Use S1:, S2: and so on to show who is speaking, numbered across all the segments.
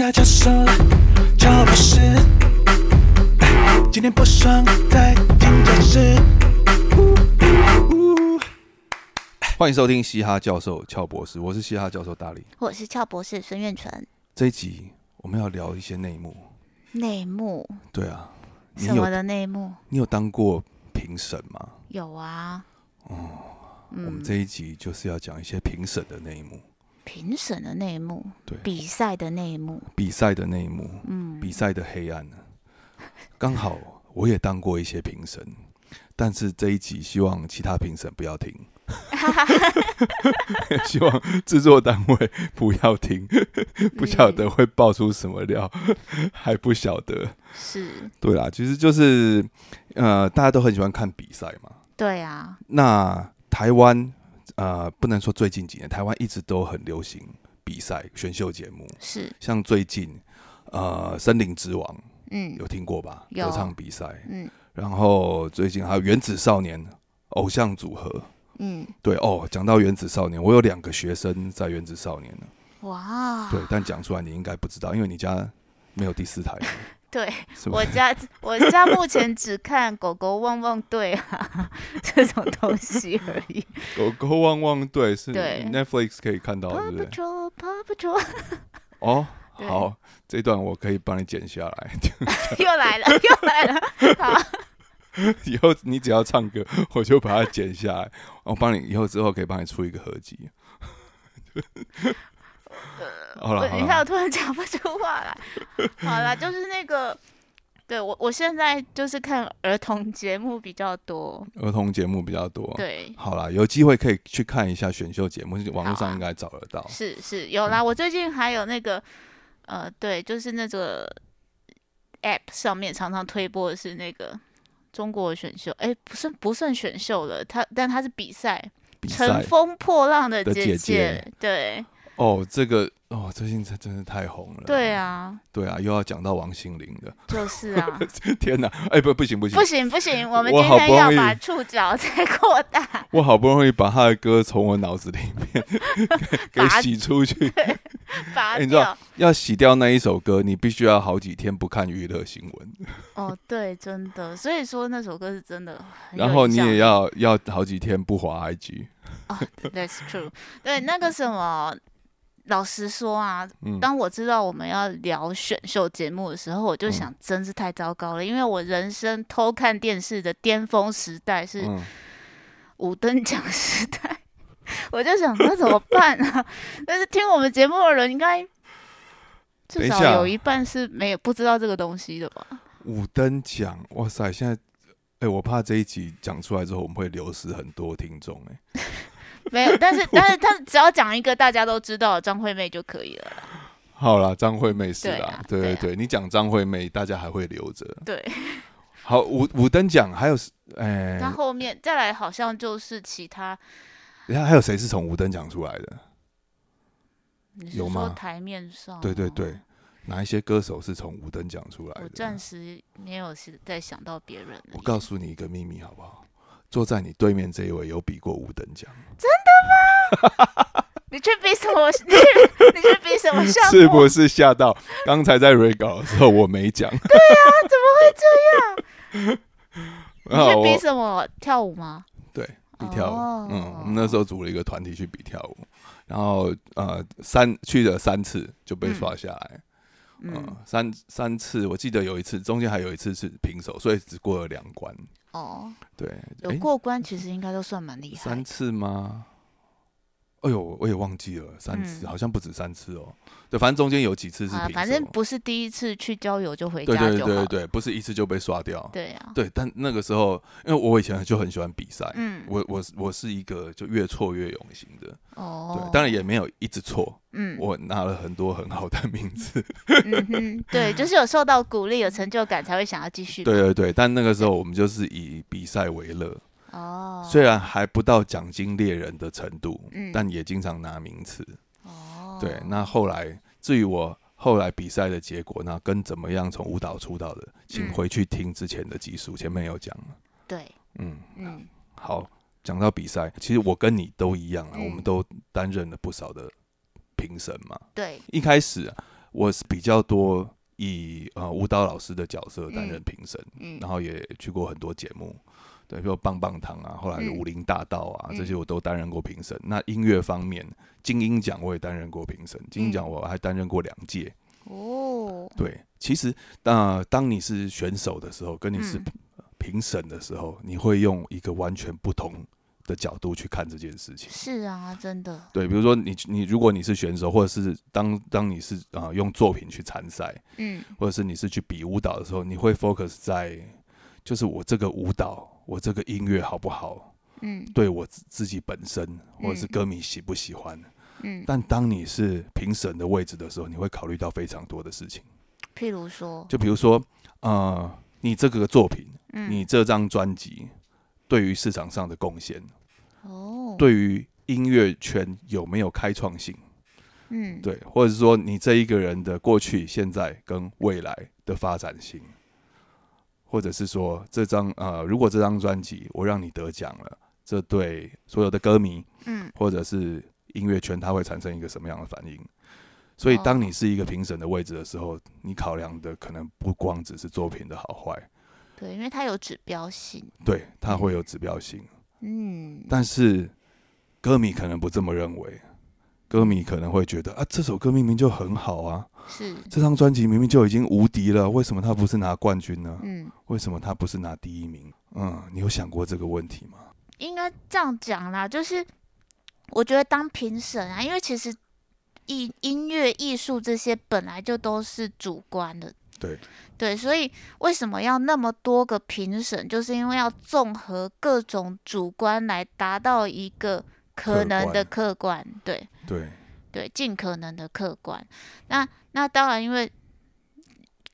S1: 要叫上来，叫老师。哎今天不爽，再听解释。哎
S2: 欢迎收听嘻哈教授俏博士，我是嘻哈教授大力。
S3: 我是俏博士孙愿纯。
S2: 这一集我们要聊一些内幕。
S3: 内幕
S2: 对啊，你
S3: 什么
S2: 有
S3: 的内幕
S2: 你有当过评审吗？
S3: 有啊，
S2: 我们这一集就是要讲一些评审的内幕，
S3: 评审的内幕，
S2: 对
S3: 比赛的内幕，
S2: 比赛的内幕，
S3: 嗯，
S2: 比赛的黑暗呢。刚好我也当过一些评审，但是这一集希望其他评审不要听，希望制作单位不要听，不晓得会爆出什么料，还不晓得。
S3: 是，
S2: 对啦，其实就是呃，大家都很喜欢看比赛嘛。
S3: 对啊，
S2: 那台湾呃，不能说最近几年，台湾一直都很流行比赛选秀节目，
S3: 是，
S2: 像最近呃，《森林之王》
S3: 嗯
S2: 有听过吧？
S3: 有
S2: 歌唱比赛，
S3: 嗯
S2: 然后最近还有原子少年偶像组合。
S3: 嗯，
S2: 对哦，讲到原子少年，我有两个学生在原子少年呢。
S3: 哇，
S2: 对，但讲出来你应该不知道，因为你家没有第四台，
S3: 对
S2: 是吧
S3: 我？家我家目前只看狗狗汪汪队啊 这种东西而已。
S2: 狗狗汪汪队是
S3: 对
S2: Netflix 可以看到，对
S3: Paw
S2: 不对？
S3: Patrol Paw Patrol
S2: 哦，
S3: 对
S2: 好，这段我可以帮你剪下来。
S3: 又来了又来了，好，
S2: 以后你只要唱歌， 我就把它剪下来。我帮你以后之后可以帮你出一个合集。 好
S3: 我
S2: 了，
S3: 等一
S2: 好
S3: 下我
S2: 了，
S3: 突然讲呃不出话来。好啦，就是那个，对我我现在就是看儿童节目比较多，
S2: 儿童节目比较多。，
S3: 对，
S2: 好啦，有机会可以去看一下选秀节目，网络
S3: 好
S2: 上
S3: 啊
S2: 应该找得到。
S3: 是是有
S2: 嗯
S3: 啦。我最近还有那个，呃，对，就是那个 App 上面常常推播的是那个中国选秀，哎，不算不算选秀了，它但它是比赛，
S2: 比
S3: 乘
S2: 赛
S3: 风破浪的
S2: 的姐
S3: 姐
S2: 姐
S3: 对
S2: 哦，这个哦，最近真真是太红了。
S3: 对，啊，
S2: 对啊，又要讲到王心凌的，
S3: 就是啊，
S2: 天哪！哎，不，不行，不行
S3: 不，行不行，我们
S2: 我
S3: 今
S2: 好不
S3: 天要
S2: 容易
S3: 把触角 再扩大。
S2: 我好不容易把她的歌从我脑子里面 给给
S3: 拔
S2: 洗出去。
S3: 拔
S2: 哎你知道
S3: 掉。
S2: 要洗掉那一首歌，你必须要好几天不看娱乐新闻，
S3: 哦，对，真的，所以说那首歌是真的很有
S2: 然后
S3: 影
S2: 你
S3: 响
S2: 也
S3: 力
S2: 要要好几天不滑 IG。
S3: That's true。对，那个什么，老实说啊，
S2: 嗯，
S3: 当我知道我们要聊选秀节目的时候，我就
S2: 嗯
S3: 想，真是太糟糕了，因为我人生偷看电视的巅峰时代是
S2: 嗯
S3: 五等奖时代，我就想那怎么办啊？ 但是听我们节目的人应该
S2: 等
S3: 至
S2: 一
S3: 少
S2: 下
S3: 有一半是没有不知道这个东西的吧？
S2: 五等奖，哇塞！现在，哎、我怕这一集讲出来之后，我们会流失很多听众、哎，
S3: 没有，但是但是但是只要讲一个大家都知道的张惠妹就可以了啦。
S2: 好啦，张惠妹是
S3: 对
S2: 啦
S3: 啊，
S2: 对
S3: 对
S2: 对
S3: 啊
S2: 对，你讲张惠妹，大家还会留着。
S3: 对，
S2: 好，五五等奖还有，哎、
S3: 那后面再来好像就是其他，
S2: 你看还有谁是从五等奖出来的？
S3: 你是
S2: 有
S3: 说
S2: 吗
S3: 台面上？
S2: 对对对，，哪一些歌手是从五等奖出来
S3: 哦我
S2: 的
S3: 暂？时没有是在想到别人了。
S2: 我告诉你一个秘密，好不好？坐在你对面这一位有比过五等奖，
S3: 你去比什么？ 你去你去比 什么项目？
S2: 是不是吓到？刚才在 re 稿的时候我没讲，
S3: 啊
S2: 对
S3: 你
S2: 啊，怎么会这
S3: 去
S2: 样？
S3: 比什么？跳舞吗？
S2: 对，比跳舞。嗯，我们那
S3: 哦
S2: 时候组了一个团体去比跳舞，然后呃三去了三次就被刷下来，嗯，
S3: 嗯，
S2: 三三次我记得有一次中间还有一次是平手，所以只过了两关。
S3: 哦，
S2: 对，
S3: 有
S2: 啊诶
S3: 过关其实应该都算蛮厉害
S2: 三
S3: 的。
S2: 次吗？哎呦，我也忘记了，三次、
S3: 嗯
S2: 好像不止三次哦。对，反正中间有几次是平
S3: 啊
S2: 手，，
S3: 反正不是第一次去郊游就回
S2: 对
S3: 家就
S2: 对
S3: 好
S2: 对对
S3: 了。
S2: 对，不是一次就被刷掉。
S3: 对啊，
S2: 对，但那个时候，因为我以前就很喜欢比赛，
S3: 嗯，
S2: 我我我是一个就越挫越勇型的，
S3: 哦
S2: 对，，当然也没有一直错，
S3: 嗯，
S2: 我拿了很多很好的名次，
S3: 嗯哼，对，就是有受到鼓励、有成就感，才会想要继续。
S2: 对，对对，但那个时候我们就是以比赛为乐，
S3: 哦，
S2: 虽然还不到奖金猎人的程度，
S3: 嗯
S2: 但也经常拿名次，
S3: 哦，
S2: 对，那后来至于我。后来比赛的结果，那跟怎么样从舞蹈出道的，请
S3: 嗯
S2: 回去听之前的集数，前面有讲了。
S3: 对，
S2: 嗯，
S3: 嗯，
S2: 好，讲到比赛，其实我跟你都一样啊，
S3: 嗯
S2: 我们都担任了不少的评审嘛。
S3: 对，
S2: 一开始啊、我是比较多以呃舞蹈老师的角色担任
S3: 嗯
S2: 评审，
S3: 嗯
S2: 然后也去过很多节目，对，比如棒棒糖啊，后来的
S3: 嗯
S2: 武林大道啊，这
S3: 嗯
S2: 些我都担任过评审。那音乐方面，金鹰奖我也担任过评审，金鹰
S3: 嗯
S2: 奖我还担任过两届。
S3: 哦，
S2: 对，其实呃，当你是选手的时候，跟你是
S3: 嗯
S2: 评审的时候，你会用一个完全不同的角度去看这件事情。
S3: 是啊，真的，
S2: 对，比如说你你如果你是选手，或者是当当你是啊、呃用作品去参赛，
S3: 嗯
S2: 或者是你是去比舞蹈的时候，你会 focus 在就是我这个舞蹈，我这个音乐好不好，
S3: 嗯
S2: 对我自自己本身或者是
S3: 嗯
S2: 歌迷喜不喜欢。
S3: 嗯，
S2: 但当你是评审的位置的时候，你会考虑到非常多的事情，
S3: 譬如说，
S2: 就比如说，呃，你这个作品，
S3: 嗯，
S2: 你这张专辑对于市场上的贡献，
S3: 嗯哦，，
S2: 对于音乐圈有没有开创性？
S3: 嗯，
S2: 对，或者是说你这一个人的过去、现在跟未来的发展性，或者是说这张呃，如果这张专辑我让你得奖了，这对所有的歌迷
S3: 嗯
S2: 或者是音乐圈，它会产生一个什么样的反应？所以，当你
S3: 哦
S2: 是一个评审的位置的时候，你考量的可能不光只是作品的好坏，
S3: 对，因为它有指标性，
S2: 对，它会有指标性。
S3: 嗯，
S2: 但是歌迷可能不这么认为，歌迷可能会觉得啊，这首歌明明就很好啊，
S3: 是，
S2: 这张专辑明明就已经无敌了，为什么他不是拿冠军呢？
S3: 嗯，
S2: 为什么他不是拿第一名？嗯，你有想过这个问题吗？
S3: 应该这样讲啦，就是我觉得当评审啊，因为其实艺音乐艺术这些本来就都是主观的，
S2: 对，
S3: 对，所以为什么要那么多个评审，就是因为要综合各种主观来达到一个可
S2: 客
S3: 能
S2: 观
S3: 的客观，对。
S2: 对，
S3: 对，尽可能的客观。那那当然，因为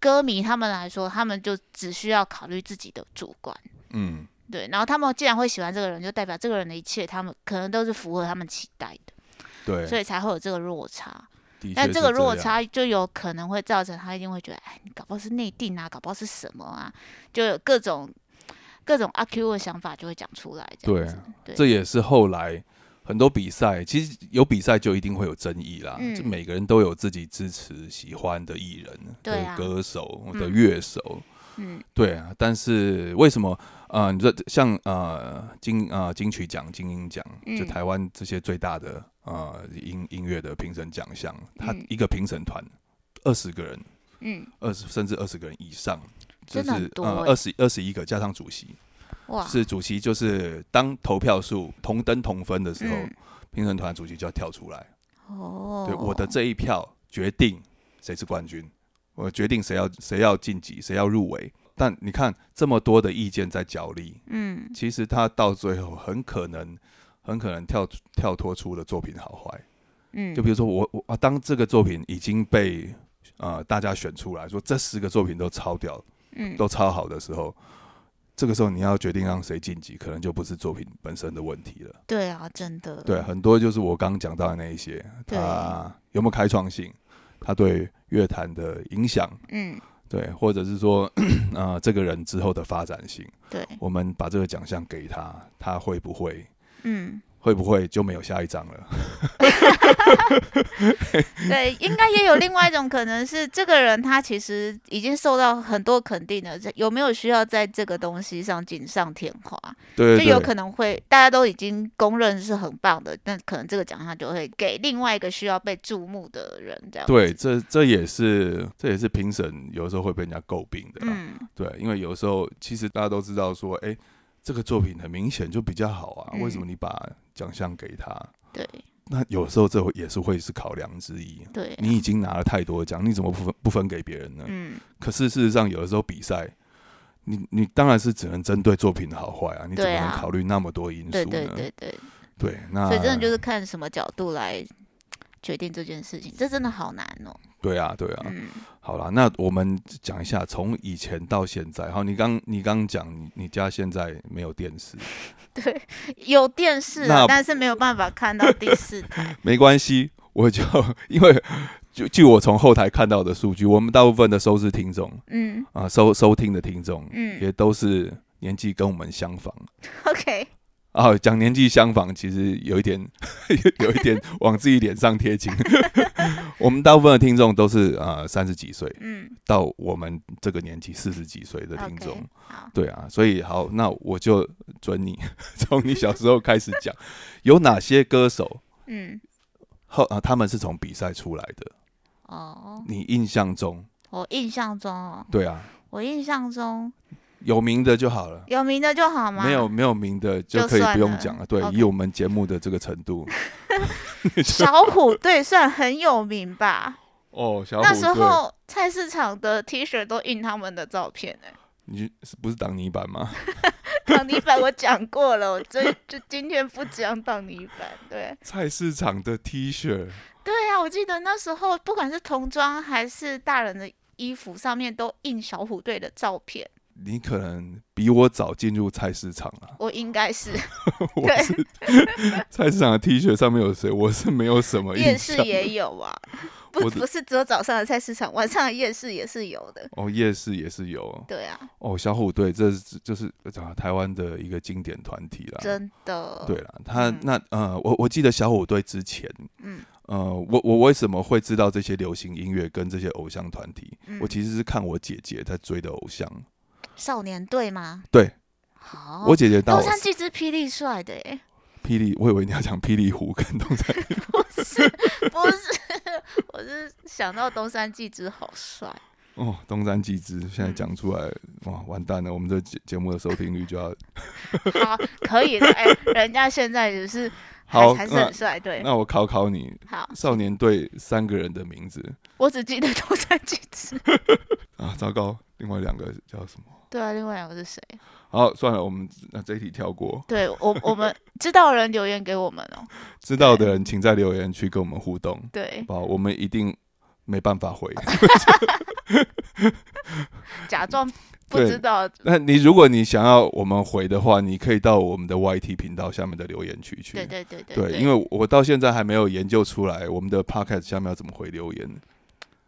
S3: 歌迷他们来说，他们就只需要考虑自己的主观，
S2: 嗯，
S3: 对。然后他们既然会喜欢这个人，就代表这个人的一切，他们可能都是符合他们期待的，
S2: 对，
S3: 所以才会有这个落差。
S2: 的确
S3: 但
S2: 是
S3: 这
S2: 这
S3: 个落
S2: 样，
S3: 差就有可能会造成他一定会觉得，哎，你搞不好是内定啊，搞不好是什么啊，就有各种各种阿 Q 的想法就会讲出来。这样
S2: 对
S3: 子，对
S2: 这也是后来很多比赛，其实有比赛就一定会有争议啦。
S3: 嗯
S2: 就每个人都有自己支持、喜欢的艺人、
S3: 对
S2: 的
S3: 啊
S2: 歌手、的
S3: 嗯
S2: 乐手，
S3: 嗯
S2: 对啊，但是为什么呃，你说像呃金呃金曲奖、金鹰奖，就
S3: 嗯
S2: 台湾这些最大的呃音音乐的评审奖项，它
S3: 嗯
S2: 一个评审团二十个人，
S3: 嗯，
S2: 二十甚至二十个人以上，就
S3: 真的很
S2: 是
S3: 多
S2: 呃
S3: 欸
S2: 二十二十一个加上主席，
S3: 哇，
S2: 是主席就是当投票数同登同分的时候，
S3: 嗯
S2: 评审团主席就要跳出来，
S3: 哦，
S2: 对我的这一票决定谁是冠军，我决定谁要谁要晋级，谁要入围。但你看这么多的意见在角力，
S3: 嗯
S2: 其实他到最后很可能很可能跳跳脱出了作品好坏。
S3: 嗯，
S2: 就比如说我我啊，当这个作品已经被呃大家选出来说这十个作品都超屌，
S3: 嗯
S2: 都超好的时候。这个时候你要决定让谁晋级，可能就不是作品本身的问题了。
S3: 对啊，真的。
S2: 对，很多就是我刚讲到的那一些，
S3: 对
S2: 它有没有开创性，它对乐坛的影响，
S3: 嗯，
S2: 对，或者是说， 呃，这个人之后的发展性，
S3: 对，
S2: 我们把这个奖项给他，他会不会
S3: 嗯，
S2: 会不会就没有下一张了？
S3: 对，应该也有另外一种可能是，这个人他其实已经受到很多肯定了，这有没有需要在这个东西上锦上添花？
S2: 对对
S3: 就有
S2: 对，
S3: 可能会大家都已经公认是很棒的，那可能这个奖项就会给另外一个需要被注目的人，这样。
S2: 对，，这这也是这也是评审有时候会被人家诟病的啦，
S3: 嗯，
S2: 对，因为有时候其实大家都知道说，哎，这个作品很明显就比较好啊，为什
S3: 嗯
S2: 么你把奖项给他？
S3: 对
S2: 那有时候这会也是会是考量之一、
S3: 对，
S2: 你已经拿了太多的奖，你怎么不分不分给别人呢？
S3: 嗯，
S2: 可是事实上，有的时候比赛，你你当然是只能针对作品的好坏啊，你怎么
S3: 对啊
S2: 能考虑那么多因素呢？啊
S3: 对对对对，
S2: 对那
S3: 所以真的就是看什么角度来决定这件事情，这真的好难哦。
S2: 对啊对啊。
S3: 嗯
S2: 好啦，那我们讲一下从以前到现在。好，你刚你刚讲你你家现在没有电 视，
S3: 对，有电视啊
S2: 那，
S3: 但是没有办法看到第四 台。
S2: 没关系，我就因为就据我从后台看到的数据，我们大部分的收视听众
S3: 嗯
S2: 啊、收收听的听众，
S3: 嗯
S2: 也都是年纪跟我们相仿。
S3: ，OK，
S2: 啊，讲年纪相仿，其实有一点， 有有一点往自己脸上贴金。 我们大部分的听众都是呃三十几岁
S3: 嗯，
S2: 到我们这个年纪四十几岁的听
S3: OK，
S2: 众，
S3: 好，
S2: 对啊，所以好，那我就准你 从你小时候开始讲，有哪些歌手
S3: 嗯，
S2: 后啊、他们是从比赛出来的？
S3: 哦，
S2: 你印象中？
S3: 我印象中哦，
S2: 对啊，
S3: 我印象中
S2: 有名的就好了。
S3: 有名的就好吗？
S2: 没有， 没有名的就
S3: 就
S2: 可以
S3: 算
S2: 不用
S3: 了
S2: 讲了。对，以
S3: OK
S2: 我们节目的这个程度，
S3: 小虎队算很有名吧？
S2: 哦，小虎
S3: 那时
S2: 队，
S3: 候菜市场的 T 恤都印他们的照片哎、
S2: 你是不是挡泥板吗？
S3: 挡泥板我讲过了，我这就今天不讲挡泥板。对
S2: 菜市场的 T 恤，
S3: 对啊呀、我记得那时候不管是童装还是大人的衣服上面都印小虎队的照片，
S2: 你可能比我早进入菜市场啊。
S3: 我应该是
S2: 我
S3: 对
S2: 是菜市场的 T 恤上面有谁？我是没有什么
S3: 呃夜
S2: 印
S3: 市
S2: 象。
S3: 也有 啊，
S2: 我
S3: 不
S2: 的
S3: 不是只有早上的菜市场，晚上的夜市也是有的。
S2: 哦，夜市也是有
S3: 对啊，
S2: 哦，小虎队这是就是啊台湾的一个经典团体啦。
S3: 真的。
S2: 啊对了，他、
S3: 嗯
S2: 那呃，我我记得小虎队之前，
S3: 嗯
S2: 呃，我我为什么会知道这些流行音乐跟这些偶像团体？
S3: 嗯
S2: 我其实是看我姐姐在追的偶像。
S3: 少年队吗？
S2: 对
S3: 好，
S2: 我姐姐大
S3: 东
S2: 我
S3: 山纪之霹雳帅的 哎、
S2: 霹雳，我以为你要讲霹雳虎跟东山，
S3: 不是不是，我是想到东山纪之好帅。
S2: 哦，东山纪之，现在讲出来，
S3: 嗯
S2: 哇，完蛋了，我们这节节目的收听率就要。
S3: 好，可以的。哎、人家现在 也是还
S2: 好
S3: 还是
S2: 那
S3: 很帅， 对。
S2: 那我考考你，
S3: 好，
S2: 少年队三个人的名字
S3: 我只记得东山纪之。 嗯
S2: 啊，糟糕，另外两个叫什么？
S3: 对啊，另外两个是谁？
S2: 好，算了，我们那这一题跳过。
S3: 对我我们知道的人留言给我们哦、
S2: 知道的人请在留言区跟我们互动。
S3: 对，
S2: 好，我们一定没办法回。
S3: 假装不
S2: 对
S3: 知道。
S2: 那你如果你想要我们回的话，你可以到我们的 YT 频道下面的留言区去。
S3: 对对对对
S2: 对因为我到现在还没有研究出来我们的 Podcast 下面要怎么回留言，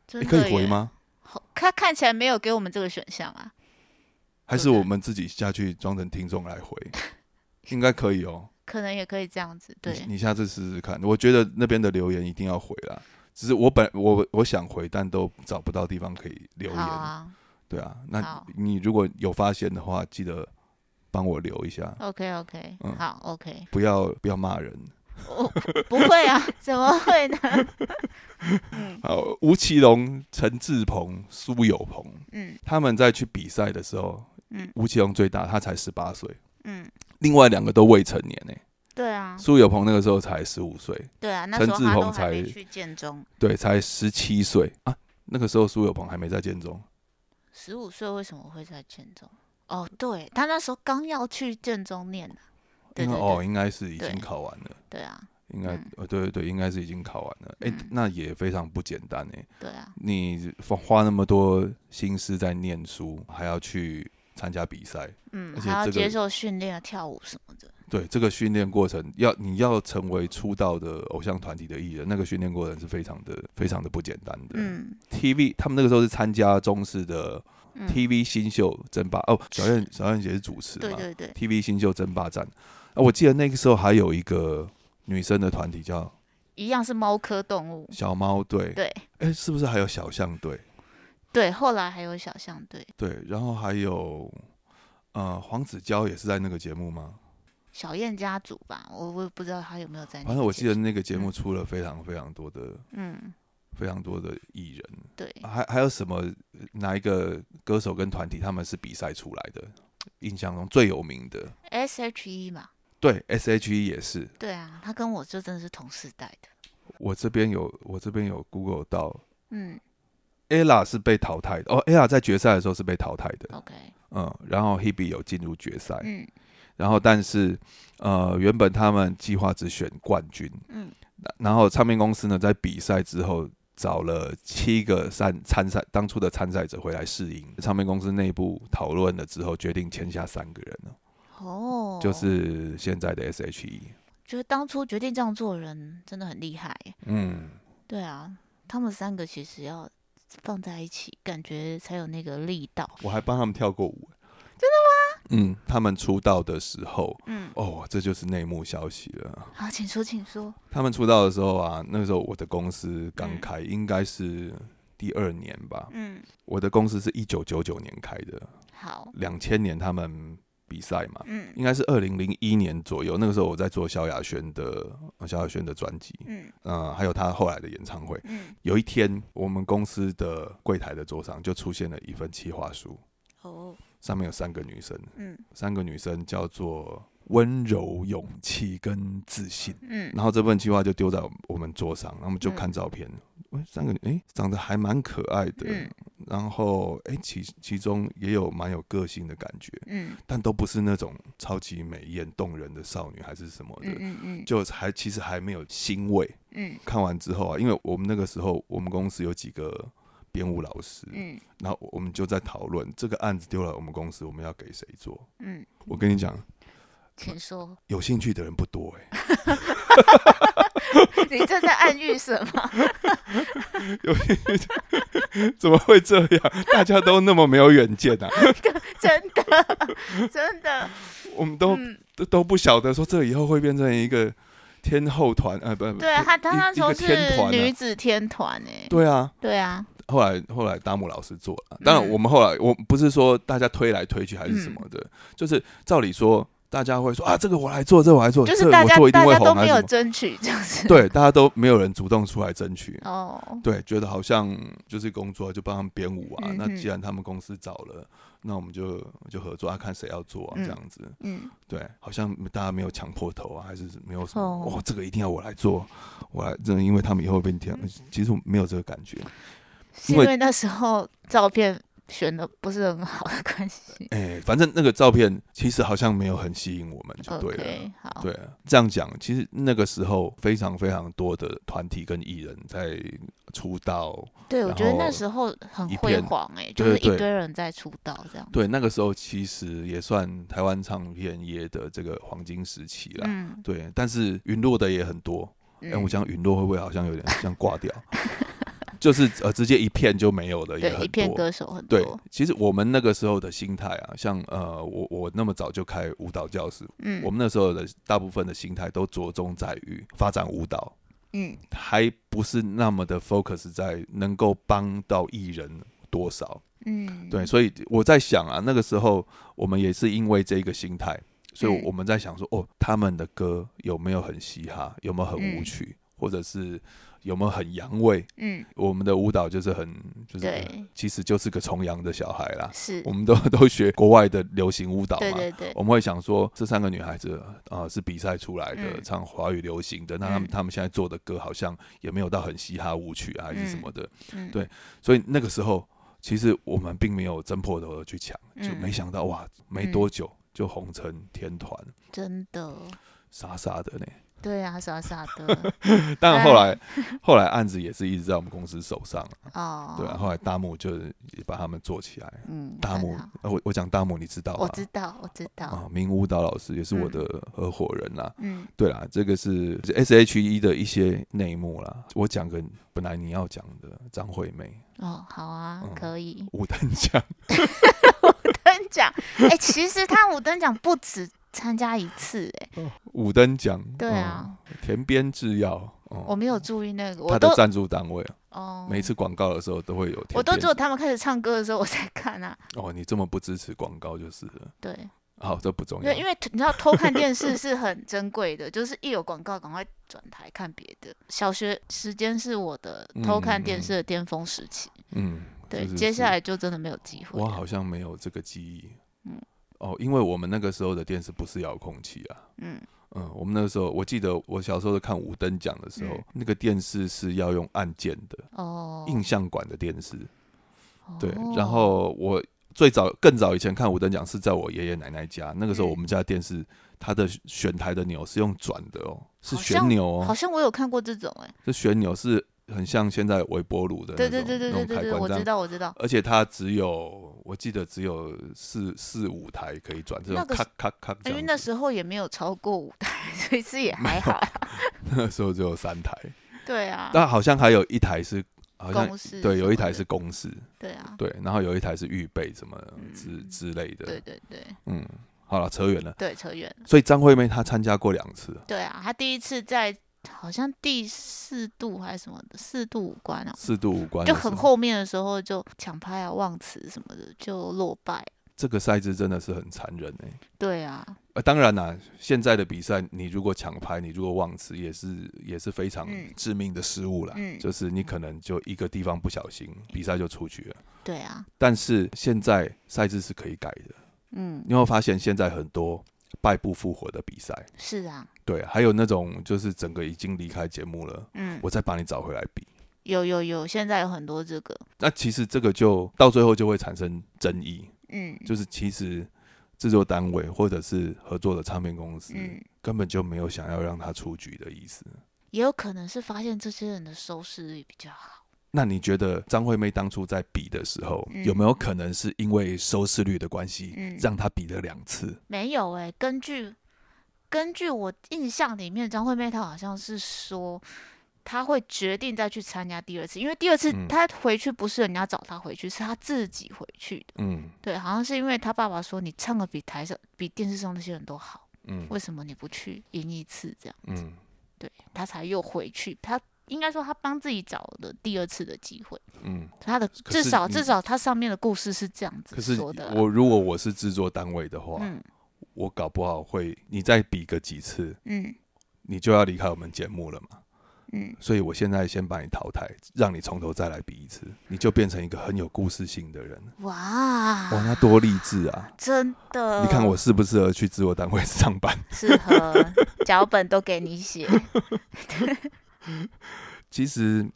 S3: 真
S2: 你
S3: 的
S2: 可以回
S3: 耶？
S2: 吗？
S3: 好他看起来没有给我们这个选项啊。
S2: 还是我们自己下去装成听众来回？ 应该可以哦。
S3: 可能也可以这样子，
S2: 你
S3: 对，
S2: 你下次试试看。我觉得那边的留言一定要回啦。只是我本我我想回，但都找不到地方可以留
S3: 好
S2: 言。
S3: 啊
S2: 对啊，那
S3: 好
S2: 你如果有发现的话，记得帮我留一下，
S3: ，OK OK，、
S2: 嗯
S3: 好 OK，
S2: 不要不要骂人。
S3: 我不会啊，怎么会呢？ 嗯
S2: 好，吴奇隆、陈志鹏、苏有朋
S3: 嗯
S2: 他们在去比赛的时候，
S3: 嗯
S2: 吴奇隆最大，他才十八岁，
S3: 嗯，
S2: 另外两个都未成年呢、欸
S3: 对啊，
S2: 苏有朋那个时候才十五岁，
S3: 对啊，那
S2: 陈
S3: 时候
S2: 志
S3: 他
S2: 宏
S3: 都还没
S2: 才
S3: 去建中，
S2: 对，才十七岁啊。那个时候苏有朋还没在建中，
S3: 十五岁为什么会在建中？哦，对他那时候刚要去建中念呢、对
S2: 因为
S3: 对
S2: 哦，
S3: 对
S2: 应该是已
S3: 对
S2: 经考完了，
S3: 对啊，
S2: 应该、
S3: 嗯
S2: 呃，对对对，应该是已经考完了。哎、
S3: 嗯
S2: 那也非常不简单哎、
S3: 对啊，
S2: 你花花那么多心思在念书，还要去参加比赛，
S3: 嗯，
S2: 而且
S3: 还要
S2: 这个
S3: 接受训练、啊跳舞什么的。
S2: 对这个训练过程，要你要成为出道的偶像团体的艺人，那个训练过程是非常的、非常的不简单的。
S3: 嗯
S2: TV 他们那个时候是参加中视的
S3: 嗯，
S2: TV 新秀争霸、哦，小燕小燕姐是主持嘛
S3: 对对对，
S2: t v 新秀争霸战啊，我记得那个时候还有一个女生的团体叫
S3: 一样是猫科动物。
S2: 小猫队，
S3: 对
S2: 哎、是不是还有小象队？
S3: 对，后来还有小象队，
S2: 对，然后还有呃，黄子佼也是在那个节目吗？
S3: 小燕家族吧，我我也不知道他有没有在。
S2: 反正我记得，那个节目出了非常非常多的、
S3: 嗯，
S2: 非常多的艺人，
S3: 对，
S2: 还还有什么呃哪一个歌手跟团体他们是比赛出来的？印象中最有名的，
S3: S.H.E E 嘛，
S2: 对 S.H.E 也是。
S3: 对啊，他跟我就真的是同时代的。
S2: 我这边有我这边有 Google 到
S3: 嗯
S2: ella 是被淘汰的哦，ella 在决赛的时候是被淘汰的，
S3: ，OK，
S2: 嗯，然后 Hebe 有进入决赛，
S3: 嗯
S2: 然后但是呃原本他们计划只选冠军，
S3: 嗯
S2: 然后唱片公司呢，在比赛之后找了七个参参赛当初的参赛者回来试音。唱片公司内部讨论了之后，决定签下三个人哦
S3: 哦，
S2: 就是现在的 E S.H.E。
S3: 觉得当初决定这样做的人真的很厉害耶。
S2: 嗯，
S3: 对啊，他们三个其实要放在一起，感觉才有那个力道。
S2: 我还帮他们跳过舞。真的吗？嗯，他们出道的时候，
S3: 嗯，
S2: 哦，这就是内幕消息了。
S3: 好，请说，请说。
S2: 他们出道的时候啊，那时候我的公司刚开，应该是第二年吧。
S3: 嗯，
S2: 我的公司是一九九九年开的，
S3: 好，
S2: 两千年他们比赛嘛，
S3: 嗯
S2: 应该是二零零一年左右。那个时候我在做萧亚轩的呃萧亚轩的专辑，
S3: 嗯
S2: 嗯、还有他后来的演唱会。
S3: 嗯，
S2: 有一天，我们公司的柜台的桌上就出现了一份企划书，
S3: 哦，
S2: 上面有三个女生，
S3: 嗯
S2: 三个女生叫做温柔、勇气跟自信。
S3: 嗯
S2: 然后这份计划就丢在我们我们桌上，然后我们就看照片，喂、三个女，哎、长得还蛮可爱的，
S3: 嗯
S2: 然后哎、诶其其中也有蛮有个性的感觉，
S3: 嗯
S2: 但都不是那种超级美艳动人的少女还是什么的，
S3: 嗯嗯嗯
S2: 就还其实还没有欣慰。
S3: 嗯
S2: 看完之后啊，因为我们那个时候我们公司有几个编舞老师，
S3: 嗯
S2: 然后我们就在讨论这个案子丢来我们公司，我们要给谁做？
S3: 嗯，
S2: 我跟你讲，
S3: 请说。
S2: 有兴趣的人不多哎、诶
S3: 你这在暗喻什么？
S2: 怎么会这样？大家都那么没有远见啊！
S3: 真的，真的，
S2: 我们都、
S3: 嗯
S2: 都都不晓得说这以后会变成一个天后团，呃，不，不
S3: 对啊，他他
S2: 一
S3: 那时候
S2: 一个天
S3: 是
S2: 团啊
S3: 女子天团诶、
S2: 对啊。
S3: 对啊，
S2: 后来后来大木老师做了，当然
S3: 嗯
S2: 我们后来我不是说大家推来推去还是什么的，就是照理说大家会说啊，这个我来做，这个我来做，
S3: 就是
S2: 这个
S3: 大
S2: 我
S3: 家
S2: 做一定
S3: 大
S2: 会
S3: 家都
S2: 红还
S3: 没
S2: 是
S3: 有
S2: 什么？
S3: 争取，就是
S2: 对，大家都没有人主动出来争取。 啊
S3: 哦，
S2: 对，觉得好像就是工作就帮他们编舞啊。
S3: 嗯
S2: 那
S3: 哼
S2: 既然他们公司找了，那我们就就合作啊，看谁要做啊，
S3: 嗯
S2: 这样子。
S3: 嗯
S2: 对，好像大家没有强迫头啊，还是没有什么
S3: 哦
S2: 哦，这个一定要我来做，我来，真的，因为他们以后会变天，
S3: 嗯
S2: 其实我没有这个感觉。
S3: 是
S2: 因
S3: 因
S2: 为
S3: 为那时候照片选的不是很好的关系。
S2: 哎、反正那个照片其实好像没有很吸引我们， 就对了。
S3: OK，好，
S2: 对了，这样讲，其实那个时候非常非常多的团体跟艺人在出道，
S3: 对，我
S2: 然
S3: 觉得那
S2: 后
S3: 时候很
S2: 一
S3: 辉
S2: 片
S3: 煌哎、就
S2: 对
S3: 是
S2: 对
S3: 一
S2: 对
S3: 堆人在出道这样。
S2: 对，那个时候其实也算台湾唱片业的这个黄金时期啦。
S3: 嗯，
S2: 对，啊但是陨落的也很多。哎、
S3: 嗯
S2: 我讲陨落会不会好像有点像挂掉？ 就是呃，直接一片就没有了，也
S3: 对，
S2: 很
S3: 一片
S2: 多。
S3: 歌手很
S2: 对
S3: 多，，
S2: 其实我们那个时候的心态啊，像呃，我我那么早就开舞蹈教室，
S3: 嗯，
S2: 我们那时候的大部分的心态都着重在于发展舞蹈，
S3: 嗯
S2: 还不是那么的 focus 在能够帮到艺人多少。
S3: 嗯，
S2: 对，，所以我在想啊，那个时候我们也是因为这个心态，所以
S3: 嗯
S2: 我们在想说，哦，他们的歌有没有很嘻哈，有没有很舞
S3: 嗯
S2: 曲，或者是有没有很洋味？
S3: 嗯，
S2: 我们的舞蹈就是很，就是
S3: 对
S2: 其实就是个崇洋的小孩啦。
S3: 是
S2: 我，们都 都学国外的流行舞蹈嘛，
S3: 对对对，
S2: 我们会想说，这三个女孩子啊、呃是比赛出来的，
S3: 嗯
S2: 唱华语流行的，那她们
S3: 嗯
S2: 她们现在做的歌好像也没有到很嘻哈舞曲啊，还是什么的，
S3: 嗯，
S2: 对所以那个时候其实我们并没有争破头的去抢，就
S3: 嗯
S2: 没想到哇，没多久就红成天团，
S3: 真的，
S2: 傻傻的呢。
S3: 对啊，傻傻 的
S2: 但后 来后来案子也是一直在我们公司手上啊，
S3: 哦，
S2: 对啊，后来大幕就是也把他们做起来。
S3: 嗯，
S2: 大
S3: 很
S2: 幕
S3: 好，
S2: 呃我我讲大幕你知道吧？
S3: 我知道，我知道，
S2: 啊，明舞蹈老师也是我
S3: 嗯
S2: 的合伙人啦、
S3: 嗯
S2: 对啦，这个是 S H E 的一些内幕啦。我讲个本来你要讲的张惠妹
S3: 哦，好啊，
S2: 嗯。
S3: 可以
S2: 五等奖，
S3: 登奖，哎、其实他五等奖不止参加一次、哎，
S2: 五等奖，
S3: 对
S2: 嗯，
S3: 啊，
S2: 田边制药，
S3: 我
S2: 哦、
S3: 没有注意那个，我
S2: 他
S3: 都
S2: 的赞助单位，
S3: 哦，
S2: 每次广告的时候都会有田边。
S3: 我都只有他们开始唱歌的时候我才看啊。
S2: 哦，你这么不支持广告就是了。
S3: 对，
S2: 好，这不重
S3: 因为因
S2: 要。
S3: 为你知道偷看 电视是很珍贵的，就是一有广告赶快转台看别的。小学时间是我的偷看电视的巅峰时期，
S2: 嗯，
S3: 对，
S2: 是是
S3: 接
S2: 是
S3: 下来就真的没有机会
S2: 我
S3: 了。
S2: 好像没有这个记忆。
S3: 嗯
S2: 哦，因为我们那个时候的电视不是遥控器啊。
S3: 嗯，
S2: 嗯，我们那个时候，我记得我小时候看五等奖的时候，
S3: 嗯
S2: 那个电视是要用按键的，
S3: 哦，
S2: 印象馆的电视。对，然
S3: 哦
S2: 后我最早更早以前看五等奖是在我爷爷奶奶家，那个时候
S3: 嗯
S2: 我们家电视它的选台的钮是用转的哦，是
S3: 好
S2: 旋
S3: 像
S2: 钮
S3: 好
S2: 哦，
S3: 像我有看过这种哎、
S2: 这旋钮是很像现在微波炉的那
S3: 对
S2: 种
S3: 对对对对对
S2: 那
S3: 对，
S2: 种开
S3: 我
S2: 关
S3: 知
S2: 这样。
S3: 道我知道，
S2: 而且它只有，我记得只有四四五台可以转，这
S3: 那
S2: 种
S3: 个
S2: 咔咔咔这
S3: 因为
S2: 样
S3: 那
S2: 子
S3: 时候也没有超过五台，所以是也还好啦。
S2: 那时候只有三台，
S3: 对啊，
S2: 但好像还有一台是好像
S3: 公式
S2: 对，有一台
S3: 什
S2: 是
S3: 么
S2: 公式，
S3: 的对啊，
S2: 对，然后有一台是预备什么的
S3: 嗯
S2: 之之类
S3: 对
S2: 的，
S3: 对对
S2: 嗯，好了，扯远了。
S3: 对，扯远了。
S2: 所以张惠妹她参加过两次，
S3: 对啊，他第一次在好像第四度还是什么的四度五关啊，
S2: 四度五关
S3: 就
S2: 的时
S3: 很
S2: 候
S3: 后面的时候就抢拍啊、忘词什么的就落败。
S2: 这个赛制真的是很残忍哎、
S3: 对啊，
S2: 呃，当然啦，现在的比赛，你如果抢拍，你如果忘词，也是也是非常
S3: 嗯
S2: 致命的失误啦。
S3: 嗯
S2: 就是你可能就一个地方不小心，比赛就出去了。
S3: 对啊，
S2: 但是现在赛制是可以改的，
S3: 嗯，
S2: 你会发现现在很多败不复活的比赛，
S3: 是啊，
S2: 对，还有那种就是整个已经离开节目了，
S3: 嗯，
S2: 我再把你找回来比。
S3: 有有有，现在有很多这个，
S2: 那其实这个就到最后就会产生争议，
S3: 嗯，
S2: 就是其实制作单位或者是合作的唱片公司，
S3: 嗯，
S2: 根本就没有想要让他出局的意思。
S3: 也有可能是发现这些人的收视率比较好。
S2: 那你觉得张惠妹当初在比的时候，
S3: 嗯
S2: 有没有可能是因为收视率的关系，
S3: 嗯
S2: 让她比了两次？
S3: 没有诶、根据根据我印象里面，张惠妹她好像是说，她会决定再去参加第二次，因为第二次
S2: 嗯
S3: 她回去不是人家找她回去，是她自己回去的。
S2: 嗯
S3: 对，好像是因为她爸爸说你唱的比台上、比电视上那些人都好，
S2: 嗯
S3: 为什么你不去赢一次？这样，
S2: 嗯，
S3: 对她才又回去。她应该说她帮自己找了第二次的机会。
S2: 嗯。
S3: 她的
S2: 可是
S3: 至少
S2: 你
S3: 至少她上面的故事是这样
S2: 可
S3: 子
S2: 是
S3: 说的啦。啊
S2: 我如果我是制作单位的话，
S3: 嗯
S2: 我搞不好会你再比个几次，
S3: 嗯
S2: 你就要离开我们节目了嘛。
S3: 嗯，
S2: 所以我现在先把你淘汰，让你从头再来比一次，你就变成一个很有故事性的人。
S3: 哇，
S2: 哇，那多励志啊！
S3: 真的，
S2: 你看 我适不适合去制作单位 上班？
S3: 适合脚本都给你 写，
S2: 其实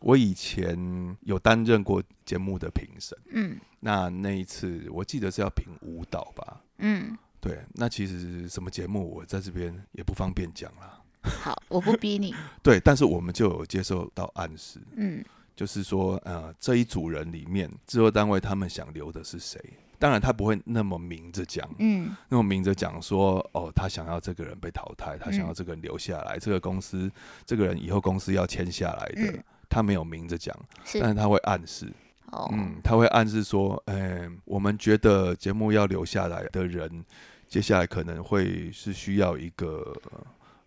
S2: 我以前有担任过节目的评审，
S3: 嗯
S2: 那那一次我记得是要评舞蹈吧？
S3: 嗯，
S2: 对，那其实什么节目我在这边也不方便讲啦。
S3: 好，我不逼你，
S2: 对，但是我们就有接受到暗示，
S3: 嗯
S2: 就是说，呃，这一组人里面制作单位他们想留的是谁？当然他不会那么明着讲，
S3: 嗯
S2: 那么明着讲说，哦，他想要这个人被淘汰，他想要
S3: 嗯
S2: 这个人留下来，这个公司这个人以后公司要签下来的，
S3: 嗯
S2: 他没有明着讲，
S3: 是
S2: 但是他会暗示，
S3: 哦，
S2: 嗯，他会暗示说，嗯、我们觉得节目要留下来的人，接下来可能会是需要一个呃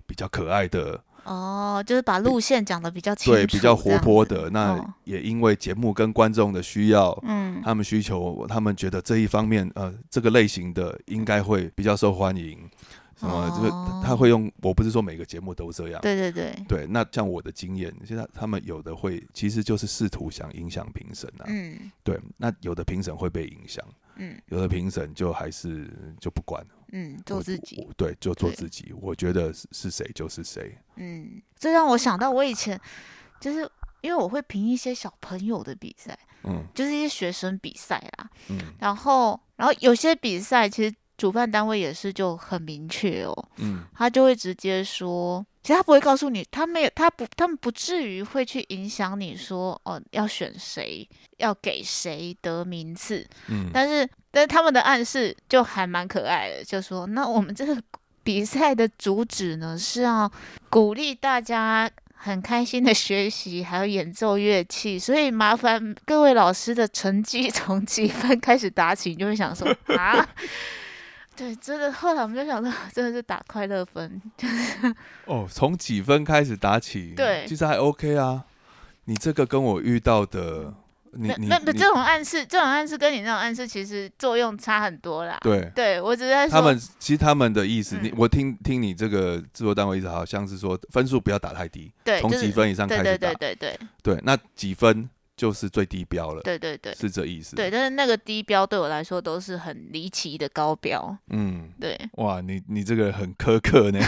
S2: 比较可爱的，
S3: 哦，就是把路线讲的比较清楚，
S2: 对，比较活泼
S3: 这样
S2: 的。
S3: 子
S2: 那啊
S3: 哦
S2: 也因为节目跟观众的需要，
S3: 嗯
S2: 他们需求，他们觉得这一方面，呃，这个类型的应该会比较受欢迎。什么？就是
S3: 哦
S2: 他他会用，我不是说每个节目都这样。
S3: 对对对，
S2: 对那像我的经验，现在他们有的会其实就是试图想影响评审啊。
S3: 嗯
S2: 对，那有的评审会被影响，
S3: 嗯
S2: 有的评审就还是就不管，
S3: 嗯，做
S2: 我
S3: 自己
S2: 我，对，就做
S3: 对
S2: 自己。我觉得是是谁就是谁。
S3: 嗯，这让我想到我以前就是因为我会评一些小朋友的比赛，
S2: 嗯
S3: 就是一些学生比赛啦，
S2: 嗯
S3: 然后然后有些比赛其实主办单位也是就很明确哦，
S2: 嗯
S3: 他就会直接说，其实他不会告诉你，他没有，他不，他们不至于会去影响你说，哦，要选谁，要给谁得名次。
S2: 嗯，
S3: 但是，但是他们的暗示就还蛮可爱的，就说，那我们这个 比赛的主旨呢，是要鼓励大家。很开心的学习，还有演奏乐器，所以麻烦各位老师的成绩 从几分开始打起，你就会想说啊， 对，真的。后来我们就想到，真的是打快乐分，
S2: 哦，从几分开始打起？
S3: 对
S2: 其实还 OK 啊。你这个跟我遇到的，你
S3: 那
S2: 你
S3: 那那
S2: 你
S3: 这种暗示，这种暗示跟你那种暗示其实作用差很多啦。，
S2: 对
S3: 我只是在说
S2: 他们其实他们的意思，
S3: 嗯
S2: 你我听听你这个制作单位意思，好像是说分数不要打太低，
S3: 对，
S2: 从
S3: 就是
S2: 几分以上开
S3: 对
S2: 始
S3: 对
S2: 打。
S3: 对对对
S2: 对那几分就是最低标了，
S3: 对对对
S2: 是这意思。
S3: 对，，但是那个低标对我来说都是很离奇的高标，
S2: 嗯，
S3: 对，
S2: 哇，你你这个很苛刻 呢。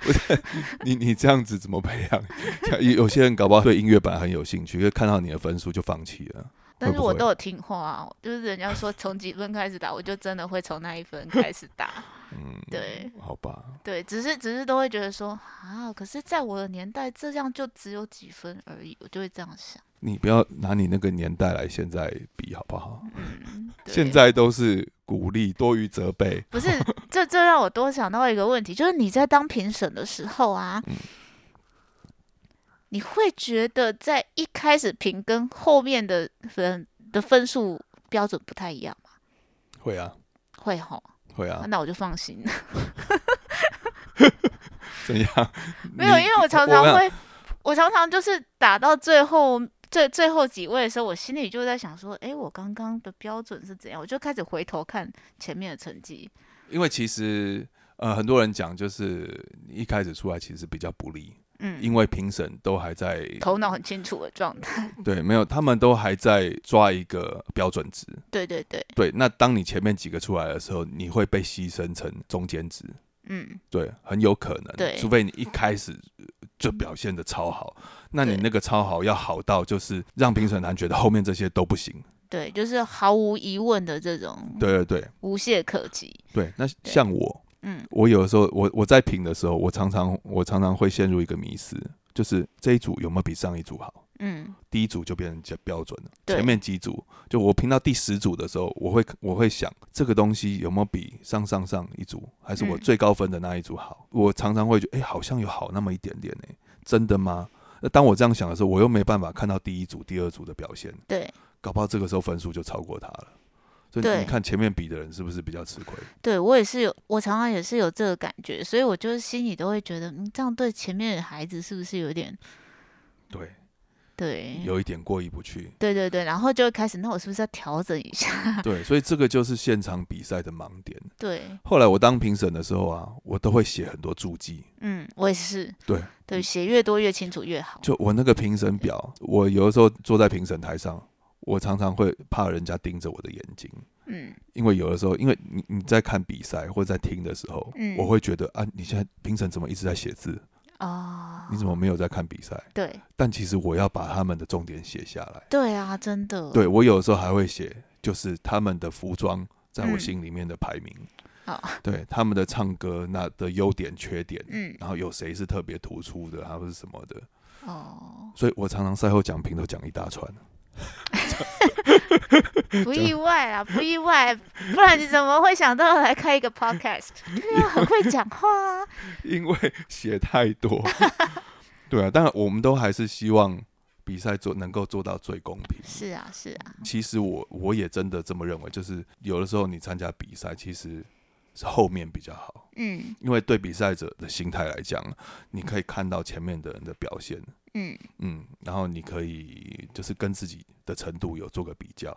S2: 不是你你这样子怎么培养？ 像有有些人搞不好对音乐本来很有兴趣，就看到你的分数就放弃了。
S3: 但是
S2: 会不
S3: 我
S2: 会
S3: 都有听话啊，就是人家说从几分开始打，我就真的会从那一分开始打，
S2: 嗯，
S3: 对
S2: 好吧，
S3: 对，只是只是都会觉得说啊，可是在我的年代这样就只有几分而已，我就会这样想，
S2: 你不要拿你那个年代来现在比好不好？
S3: 嗯，对
S2: 现在都是鼓励多于责备。
S3: 不是，这这让
S2: 嗯
S3: 我多想到一个问题，就是你在当评审的时候啊，你会觉得在一开始评跟后面的人的分数标准不太一样吗？
S2: 会啊，
S3: 会吼，
S2: 会啊，
S3: 那我就放心了。
S2: 怎样？
S3: 没有，
S2: 你
S3: 因为我常
S2: 我
S3: 常
S2: 想
S3: 会，我常常就是打到最后最最后几位的时候，我心里就在想说，诶，我刚刚的标准是怎样？我就开始回头看前面的成绩。
S2: 因为其实呃，很多人讲就是一开始出来其实比较不利，
S3: 嗯，
S2: 因为评审都还在
S3: 头脑很清楚的状态。
S2: 对，没有，他们都还在抓一个标准值。
S3: 对对对，
S2: 对，那当你前面几个出来的时候，你会被牺牲成中间值。
S3: 嗯，
S2: 对，很有可能。
S3: 对嗯
S2: 除非你一开始呃就表现的超好，那你
S3: 对
S2: 那个超好要好到就是让评审团觉得后面这些都不行。
S3: 对，就是毫无疑问的这种
S2: 对对对
S3: 无懈可击。
S2: 对，那像我，
S3: 嗯
S2: 我有的时候我我在评的时候，我常常我常常会陷入一个迷思，就是这一组有没有比上一组好？
S3: 嗯，
S2: 第一组就变成较标准了，
S3: 对
S2: 前面几组就我评到第十组的时候，我会我会想这个东西有没有比上上上一组，还是我
S3: 嗯
S2: 最高分的那一组好？我常常会觉得，哎、好像有好那么一点点呢、真的吗？那当我这样想的时候，我又没办法看到第一组、第二组的表现，
S3: 对
S2: 搞不好这个时候分数就超过他了。所以
S3: 对
S2: 你看前面比的人是不是比较吃亏？
S3: 对，我也是有，我常常也是有这个感觉，所以我就是心里都会觉得，嗯，这样对前面的孩子是不是有点
S2: 对，
S3: 对？
S2: 有一点过意不去。
S3: 对对对，然后就会开始，那我是不是要调整一下？
S2: 对，所以这个就是现场比赛的盲点。
S3: 对，
S2: 后来我当评审的时候啊，我都会写很多注记。
S3: 嗯，我也是，
S2: 对，
S3: 对，写越多越清楚越好。
S2: 嗯就我那个评审表，我有的时候坐在评审台上，我常常会怕人家盯着我的眼睛，
S3: 嗯，
S2: 因为有的时候，因为你你在看比赛或者在听的时候，
S3: 嗯
S2: 我会觉得啊，你现在评审怎么一直在写字？
S3: 哦
S2: 你，怎么没有在看比赛？
S3: 对
S2: 但其实我要把他们的重点写下来。
S3: 对啊，真的，
S2: 对我有的时候还会写，就是他们的服装在我
S3: 嗯
S2: 心里面的排名，
S3: 好，
S2: 对他们的唱歌那的优点缺点，
S3: 嗯，
S2: 然后有谁是特别突出的，还是什么的。
S3: 哦，
S2: 所以我常常赛后讲评都讲一大串。
S3: 不意外啦，不意外，不然你怎么会想到来开一个 podcast？对啊，很会讲话啊，
S2: 因为 写太多。 对啊，当然我们都还是希望比赛做能够做到最公平。
S3: 是啊，是啊，
S2: 其实我我也真的这么认为，就是有的时候你参加比赛，其实是后面比较好，
S3: 嗯
S2: 因为对比赛者的心态来讲，你可以看到前面的人的表现，
S3: 嗯，
S2: 嗯，然后你可以就是跟自己的程度有做个比较，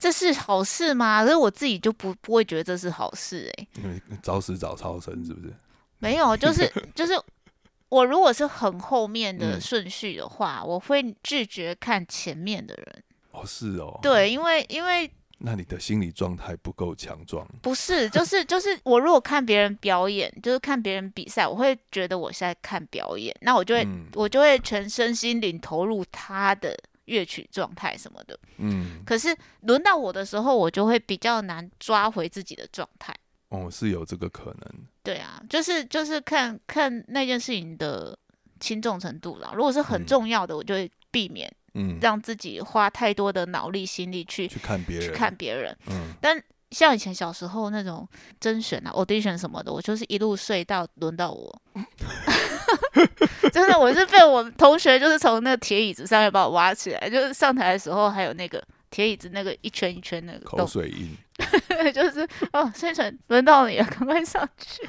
S3: 这是好事吗？可是我自己就不不会觉得这是好事哎、
S2: 因为早死早超生是不是？
S3: 没有，就是 就是，我如果是很后面的
S2: 嗯
S3: 顺序的话，我会拒绝看前面的人。
S2: 哦，是哦，，
S3: 对，因为因为
S2: 那你的心理状态不够强壮，
S3: 不是，就是就是，我如果看别人表演，就是看别人比赛，我会觉得我是在看表演，那我就会、
S2: 嗯
S3: 我就会全身心灵投入他的乐曲状态什么的。
S2: 嗯，
S3: 可是轮到我的时候，我就会比较难抓回自己的状态。
S2: 哦，是有这个可能，
S3: 对啊，就是就是看看那件事情的轻重程度啦。如果是很
S2: 嗯
S3: 重要的，我就会避免
S2: 嗯，
S3: 让自己花太多的脑力心力去
S2: 去看别
S3: 去
S2: 人，
S3: 看别人。
S2: 嗯，
S3: 但像以前小时候那种甄选啊、audition 什么的，我就是一路睡到轮到我。 真的，我是被我们同学就是从那个铁椅子上面把我挖起来，就是上台的时候还有那个铁椅子那个一圈一圈那个
S2: 口
S3: 洞，
S2: 水 印，
S3: 就是哦，宣传轮到你了，赶快上去。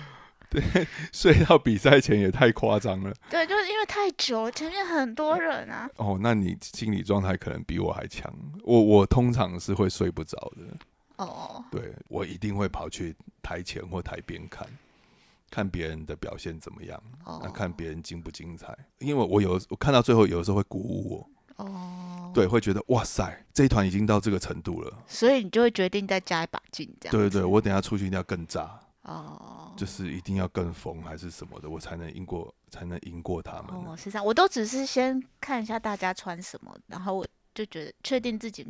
S2: 睡到比赛前也太夸张了。
S3: 对，就是因为太久了，前面很多人啊。
S2: 哦，那你心理状态可能比我还强。我我通常是会睡不着的，
S3: 哦，
S2: 对我一定会跑去台前或台边看，看别人的表现怎么样，那
S3: 哦，
S2: 看别人精不精彩。因为我有我看到最后，有的时候会鼓舞我，
S3: 哦，
S2: 对，会觉得哇塞，这一团已经到这个程度了。
S3: 所以你就会决定再加一把劲，这样。
S2: 对对对，我等一下出去一定要更炸，
S3: 哦，
S2: 就是一定要更疯还是什么的，我才能赢过，才能赢过他们。
S3: 哦，是这样，我都只是先看一下大家穿什么，然后我就觉得确定自己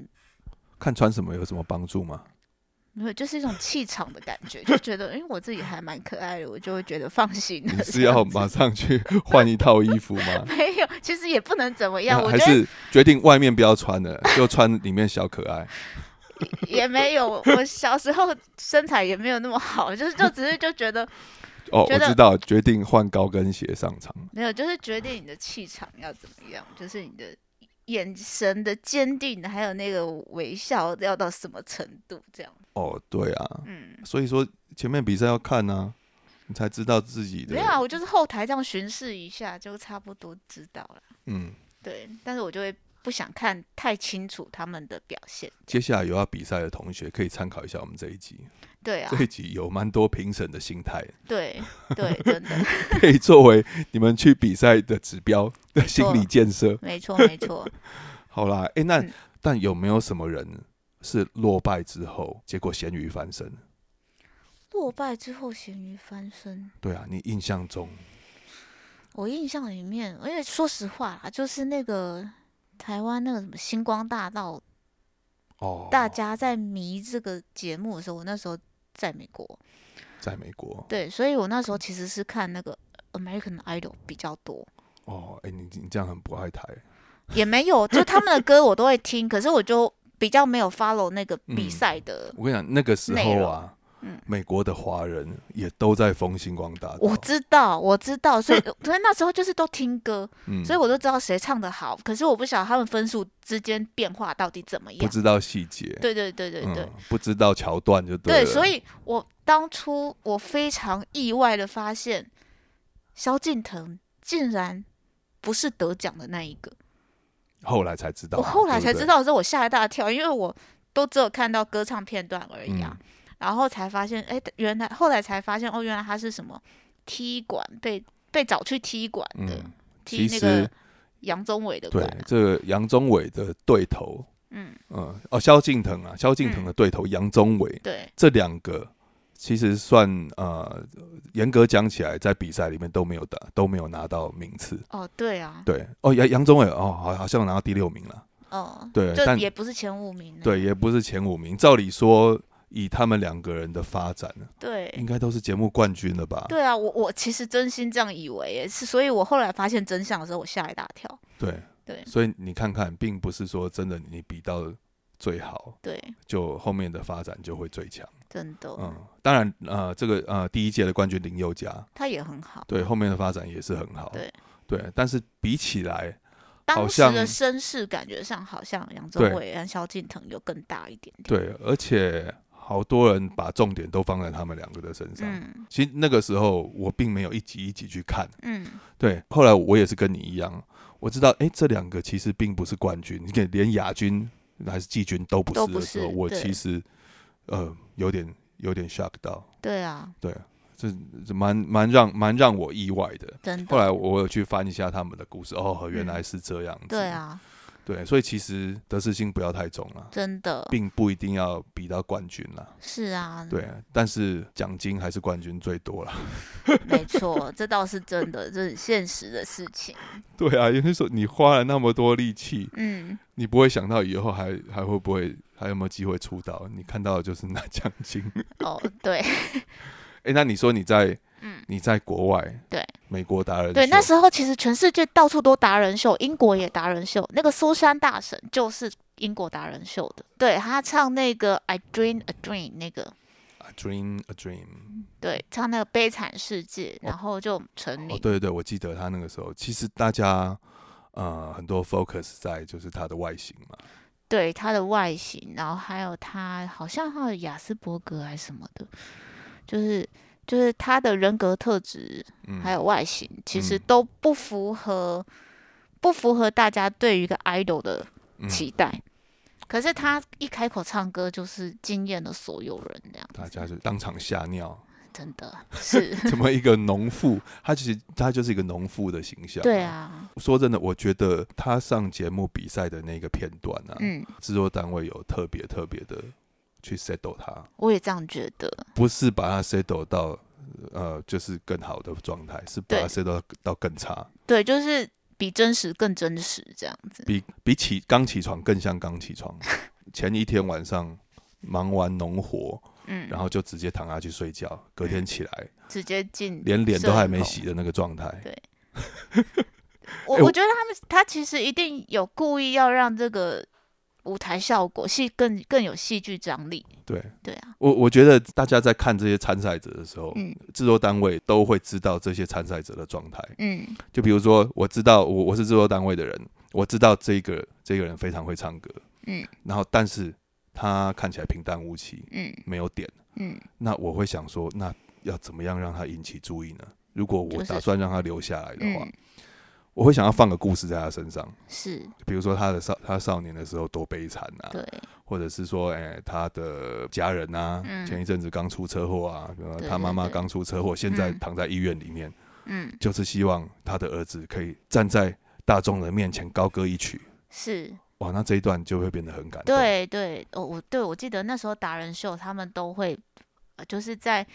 S2: 看穿什么有什么帮助 吗？
S3: 没有，就是一种气场的感觉，就觉得哎、诶我自己还蛮可爱的，我就会觉得放心了。
S2: 你
S3: 这
S2: 是
S3: 样
S2: 要
S3: 子
S2: 马上去换一套衣服吗？
S3: 没有，其实也不能怎么样，
S2: 那
S3: 我
S2: 还
S3: 觉得
S2: 是决定外面不要穿了，就穿里面小可 爱？
S3: 也没有。我小时候身材也没有那么好，就是就只是就觉得
S2: 哦，
S3: 觉
S2: 我
S3: 得
S2: 知道，决定换高跟鞋上场。
S3: 没有，就是决定你的气场要怎么样，就是你的眼神的坚定，还有那个微笑要到什么程度，这样。
S2: 哦，对啊，
S3: 嗯，
S2: 所以说前面比赛要看啊，你才知道自己的
S3: 没有啊，我就是后台这样巡视一下，就差不多知道了。
S2: 嗯，
S3: 对，但是我就会不想看太清楚他们的表现。
S2: 接下来有要比赛的同学可以参考一下我们这一集，
S3: 对啊，
S2: 这一集有蛮多评审的心态，
S3: 对对，真的，
S2: 可以作为你们去比赛的指标的心理建设。
S3: 没错没错。
S2: 好啦，诶，那、
S3: 嗯
S2: 但有没有什么人是落败之后，结果咸鱼翻身？
S3: 落败之后，咸鱼翻身。
S2: 对啊，你印象中
S3: 我印象里面，因为说实话啦，就是那个台湾那个什么星光大道，
S2: 哦，
S3: 大家在迷这个节目的时候，我那时候在美国，
S2: 在美国
S3: 对，所以我那时候其实是看那个 American Idol 比较多，
S2: 哦，诶，你你这样很不爱台
S3: 也没有，就他们的歌我都会听，可是我就比较没有 follow 那个比
S2: 嗯
S3: 赛的。
S2: 我跟你讲，那个时
S3: 内
S2: 候
S3: 容
S2: 啊，
S3: 嗯
S2: 美国的华人也都在封星光大道。
S3: 我知道，我知道， 所以所以那时候就是都听歌，
S2: 嗯
S3: 所以我都知道谁唱的好，可是我不晓得他们分数之间变化到底怎么
S2: 不
S3: 样。
S2: 知道细节，
S3: 对对对对对
S2: 嗯，，不知道桥段就
S3: 对，
S2: 了。
S3: 所以我当初我非常意外的发现，萧敬腾竟然不是得奖的那一个。
S2: 后来才知道
S3: 我
S2: 嘛，
S3: 后来
S2: 对不
S3: 才
S2: 对
S3: 知，道的时候，我吓一大跳，因为我都只有看到歌唱片段而已啊。
S2: 嗯
S3: 然后才发现，哎，原来后来才发现，哦，原来他是什么踢馆被被找去踢馆的，
S2: 嗯
S3: 踢
S2: 其
S3: 那个
S2: 实
S3: 杨宗纬的馆
S2: 对
S3: 啊、
S2: 这个杨宗纬的对头，
S3: 嗯，
S2: 嗯，哦，萧敬腾啊，萧敬腾的对头杨宗纬，
S3: 对
S2: 这两个其实算呃，严格讲起来，在比赛里面都没有打，都没有拿到名次。
S3: 哦，对啊，
S2: 对，哦，杨杨宗纬哦，好好像拿到第六名了，
S3: 哦，
S2: 对
S3: 就
S2: 但
S3: 也不是前五名、啊。
S2: 对，也不是前五名。照理说，以他们两个人的发展，
S3: 对，
S2: 应该都是节目冠军了吧？
S3: 对啊，我我其实真心这样以为耶，是所以我后来发现真相的时候，我吓一大跳。
S2: 对
S3: 对
S2: 所以你看看，并不是说真的你比到最好，
S3: 对，
S2: 就后面的发展就会最强。
S3: 真的，
S2: 嗯，当然，呃，这个呃第一届的冠军林宥嘉，
S3: 他也很好。
S2: 对后面的发展也是很好。
S3: 对
S2: 对，但是比起来，
S3: 当
S2: 好
S3: 时的
S2: 像
S3: 声势感觉上，好像杨宗
S2: 对
S3: 纬和萧敬腾有更大一点点。
S2: 对，而且好多人把重点都放在他们两个的身上。
S3: 嗯
S2: 其实那个时候我并没有一集一集去看，
S3: 嗯，
S2: 对，后来我也是跟你一样，我知道，哎，这两个其实并不是冠军，你看连亚军还是季军都不
S3: 都
S2: 是
S3: 不
S2: 的时候，
S3: 是
S2: 我
S3: 对
S2: 其实呃有点有点 shock 到，
S3: 对啊，
S2: 对，这这蛮蛮让蛮让我意外的。
S3: 真
S2: 后
S3: 的，
S2: 来我有去翻一下他们的故事，哦，原来是这样子。
S3: 嗯对，啊，
S2: 对，所以其实得失心不要太重了，
S3: 真的
S2: 并不一定要比到冠军啦。
S3: 是啊，
S2: 对，但是奖金还是冠军最多啦。
S3: 没错，这倒是真的，这是现实的事情。
S2: 对啊，有些时候你花了那么多力气，
S3: 嗯，
S2: 你不会想到以后还还会不会还有没有机会出道？你看到的就是拿奖金。
S3: 哦，对
S2: 哎、那你说你在
S3: 嗯
S2: 你在国外
S3: 对
S2: 美国达人
S3: 对，
S2: 秀
S3: 那时候其实全世界到处都达人秀，英国也达人秀，那个苏珊大神就是英国达人秀的，对他唱那个《I Dream a Dream》那个，
S2: I 啊 dream a dream。
S3: 对，唱那个《悲惨世界》，
S2: 哦
S3: 然后就成名。
S2: 哦，对对对，我记得他那个时候，其实大家呃很多 focus 在就是他的外形嘛。
S3: 对他的外形，然后还有他好像还有雅斯伯格还是什么的，就是就是他的人格特质
S2: 嗯，
S3: 还有外形，其实
S2: 嗯
S3: 都不符合、不符合大家对于一个 idol 的
S2: 嗯
S3: 期待。可是他一开口唱歌，就是惊艳了所有人，这样
S2: 大家就当场吓尿，
S3: 真的 是，
S2: 怎么一个农妇？她其实她就是一个农妇的形象。
S3: 对，啊，
S2: 说真的，我觉得她上节目比赛的那个片段啊，
S3: 嗯，
S2: 制作单位有特别特别的去 settle 它，
S3: 我也这样觉得，
S2: 不是把它 settle 到呃就是更好的状态，是把它
S3: 对
S2: settle 到更差，
S3: 对，就是比真实更真实这样子，
S2: 比比起刚起床更像刚起 床。前一天晚上忙完农活，
S3: 嗯，
S2: 然后就直接躺下去睡觉，隔天起来
S3: 直接进
S2: 连脸都还没
S3: 摄
S2: 洗的那个状态。
S3: 对我
S2: 哎我
S3: 我觉得他们他其实一定有故意要让这个舞台效果，戏更更有戏剧张力。
S2: 对
S3: 对啊，
S2: 我我觉得大家在看这些参赛者的时候，
S3: 嗯
S2: 制作单位都会知道这些参赛者的状态。
S3: 嗯
S2: 就比如说，我知道我我是制作单位的人，我知道这个这个人非常会唱歌，
S3: 嗯
S2: 然后但是他看起来平淡无奇，
S3: 嗯
S2: 没有点。
S3: 嗯，
S2: 那我会想说，那要怎么样让他引起注意呢？如果
S3: 就
S2: 我
S3: 是
S2: 打算让他留下来的话，
S3: 嗯
S2: 我会想要放个故事在他身上，
S3: 是
S2: 比如说他的少他少年的时候多悲惨啊，
S3: 对
S2: 或者是说，哎、他的家人啊，
S3: 嗯
S2: 前一阵子刚出车祸啊，比如说
S3: 对
S2: 他
S3: 对
S2: 妈妈
S3: 对
S2: 刚出车祸，现在
S3: 嗯
S2: 躺在医院里面，
S3: 嗯
S2: 就是希望他的儿子可以站在大众的面前高歌一曲。
S3: 是
S2: 哇，那这一段就会变得很感动。，
S3: 对对哦我对我记得那时候达人秀他们都会，呃就是在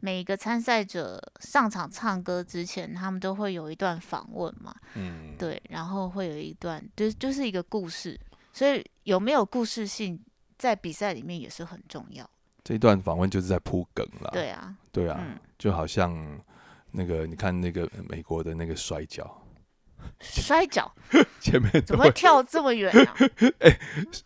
S3: 每一个参赛者上场唱歌之前，他们都会有一段访问嘛，
S2: 嗯，
S3: 对，然后会有一段，就是就是一个故事，所以有没有故事性在比赛里面也是很重要。
S2: 这一段访问就是在铺梗啦。
S3: 对啊，
S2: 对啊，
S3: 嗯
S2: 就好像那个你看那个美国的那个摔跤，
S3: 摔跤
S2: 前面都
S3: 怎么会
S2: 会
S3: 跳这么远啊呢、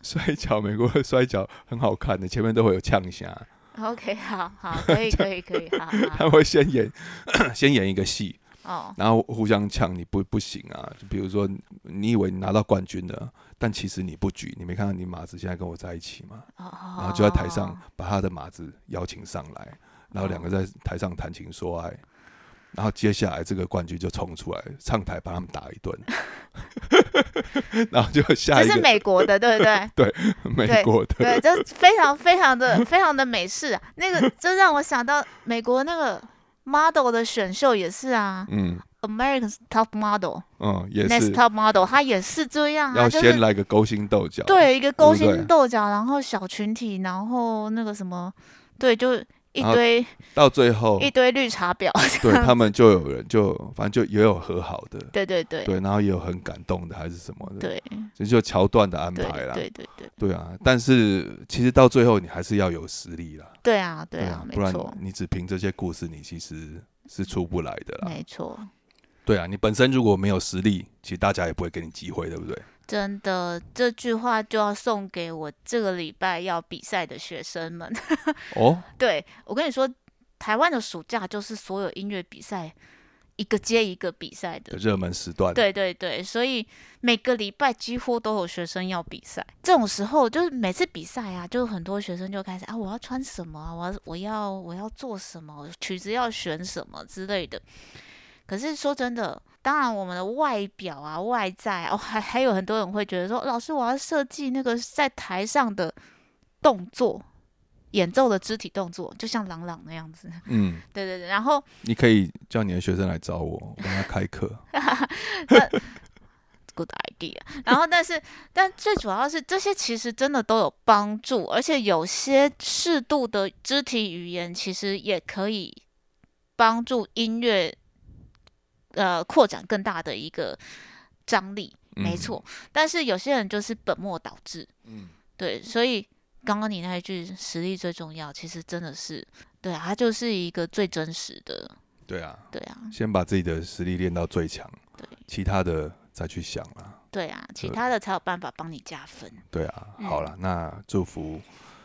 S2: 摔跤，美国的摔跤很好看的，前面都会有呛虾，
S3: OK，好好， 可以可以可以，好好
S2: 他会先演 先演一个戏，
S3: 哦，
S2: 然后互相呛你不不行啊，就比如说你以为你拿到冠军了，但其实你不举，你没看到你马子现在跟我在一起吗？
S3: 哦
S2: 然
S3: 然
S2: 后就在台
S3: 哦
S2: 上把他的马子邀请上来，然后两个在台上谈情说爱，然后接下来这个冠军就冲出来上台把他们打一 顿，然后就 下
S3: 这
S2: 一
S3: 是
S2: 个
S3: 美国的，对不对？
S2: 美
S3: 对
S2: 国 的
S3: 对，这非常非常的非常的美式、啊，那个这让我想到美国那个 model 的选秀也是啊
S2: 嗯
S3: ，America's Top Model、
S2: 嗯也
S3: Next
S2: 是
S3: Top Model，它也是这样啊，
S2: 要
S3: 就是
S2: 先来个勾心斗角，
S3: 对，一个
S2: 不
S3: 勾
S2: 对
S3: 心斗角，然后小群体，然后那个什么，对，就一
S2: 然后哦
S3: 堆
S2: 到最后
S3: 一堆绿茶婊。
S2: 对他们就有人就反正就也有和好的，
S3: 对 对对
S2: 对，然后也有很感动的还是什么的，
S3: 对
S2: 这就桥段的安
S3: 对
S2: 排啦，
S3: 对对对
S2: 对啊，但是其实到最后你还是要有实力啦。
S3: 对啊对
S2: 啊
S3: 啊，，
S2: 不
S3: 没
S2: 然
S3: 错
S2: 你只凭这些故事，你其实是出不来的啦。
S3: 没错，
S2: 对啊，你本身如果没有实力，其实大家也不会给你机会，对不对？
S3: 真的这句话就要送给我这个礼拜要比赛的学生们。
S2: 哦，
S3: 对我跟你说，台湾的暑假就是所有音乐比赛一个接一个比赛的
S2: 热门时段，
S3: 对对对，所以每个礼拜几乎都有学生要比赛。这种时候，就是每次比赛啊，就很多学生就开始啊，我要穿什么啊，我要我要我要做什么，曲子要选什么之类的。可是说真的，当然我们的外表啊、外在啊哦，还还有很多人会觉得说，老师我要设计那个在台上的动作。演奏的肢体动作，就像朗朗那样子，
S2: 嗯，
S3: 对对对。然后
S2: 你可以叫你的学生来找我，我帮他开 课。
S3: good idea。然后，但是，但最主要是这些其实真的都有帮助，而且有些适度的肢体语言其实也可以帮助音乐呃扩展更大的一个张力，
S2: 嗯
S3: 没错。但是有些人就是本末倒置，
S2: 嗯，
S3: 对，所以刚刚你那一句“实力最重要”，其实真的是对啊，它就是一个最真实的，
S2: 对啊，
S3: 对啊，
S2: 先把自己的实力练到最强，
S3: 对
S2: 其他的再去想啦。
S3: 对啊，其
S2: 对
S3: 他的才有办法帮你加分，
S2: 对啊，
S3: 嗯
S2: 好啦，那祝福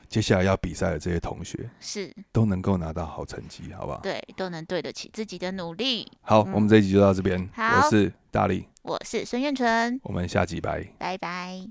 S2: 接下来要比赛的这些同学
S3: 是。
S2: 都能够拿到好成绩，好不好？
S3: 对，都能对得起自己的努力。
S2: 好，
S3: 嗯
S2: 我们这一集就到这边，
S3: 好
S2: 我是大力，
S3: 我是孙燕纯，
S2: 我们下集拜。
S3: 拜拜。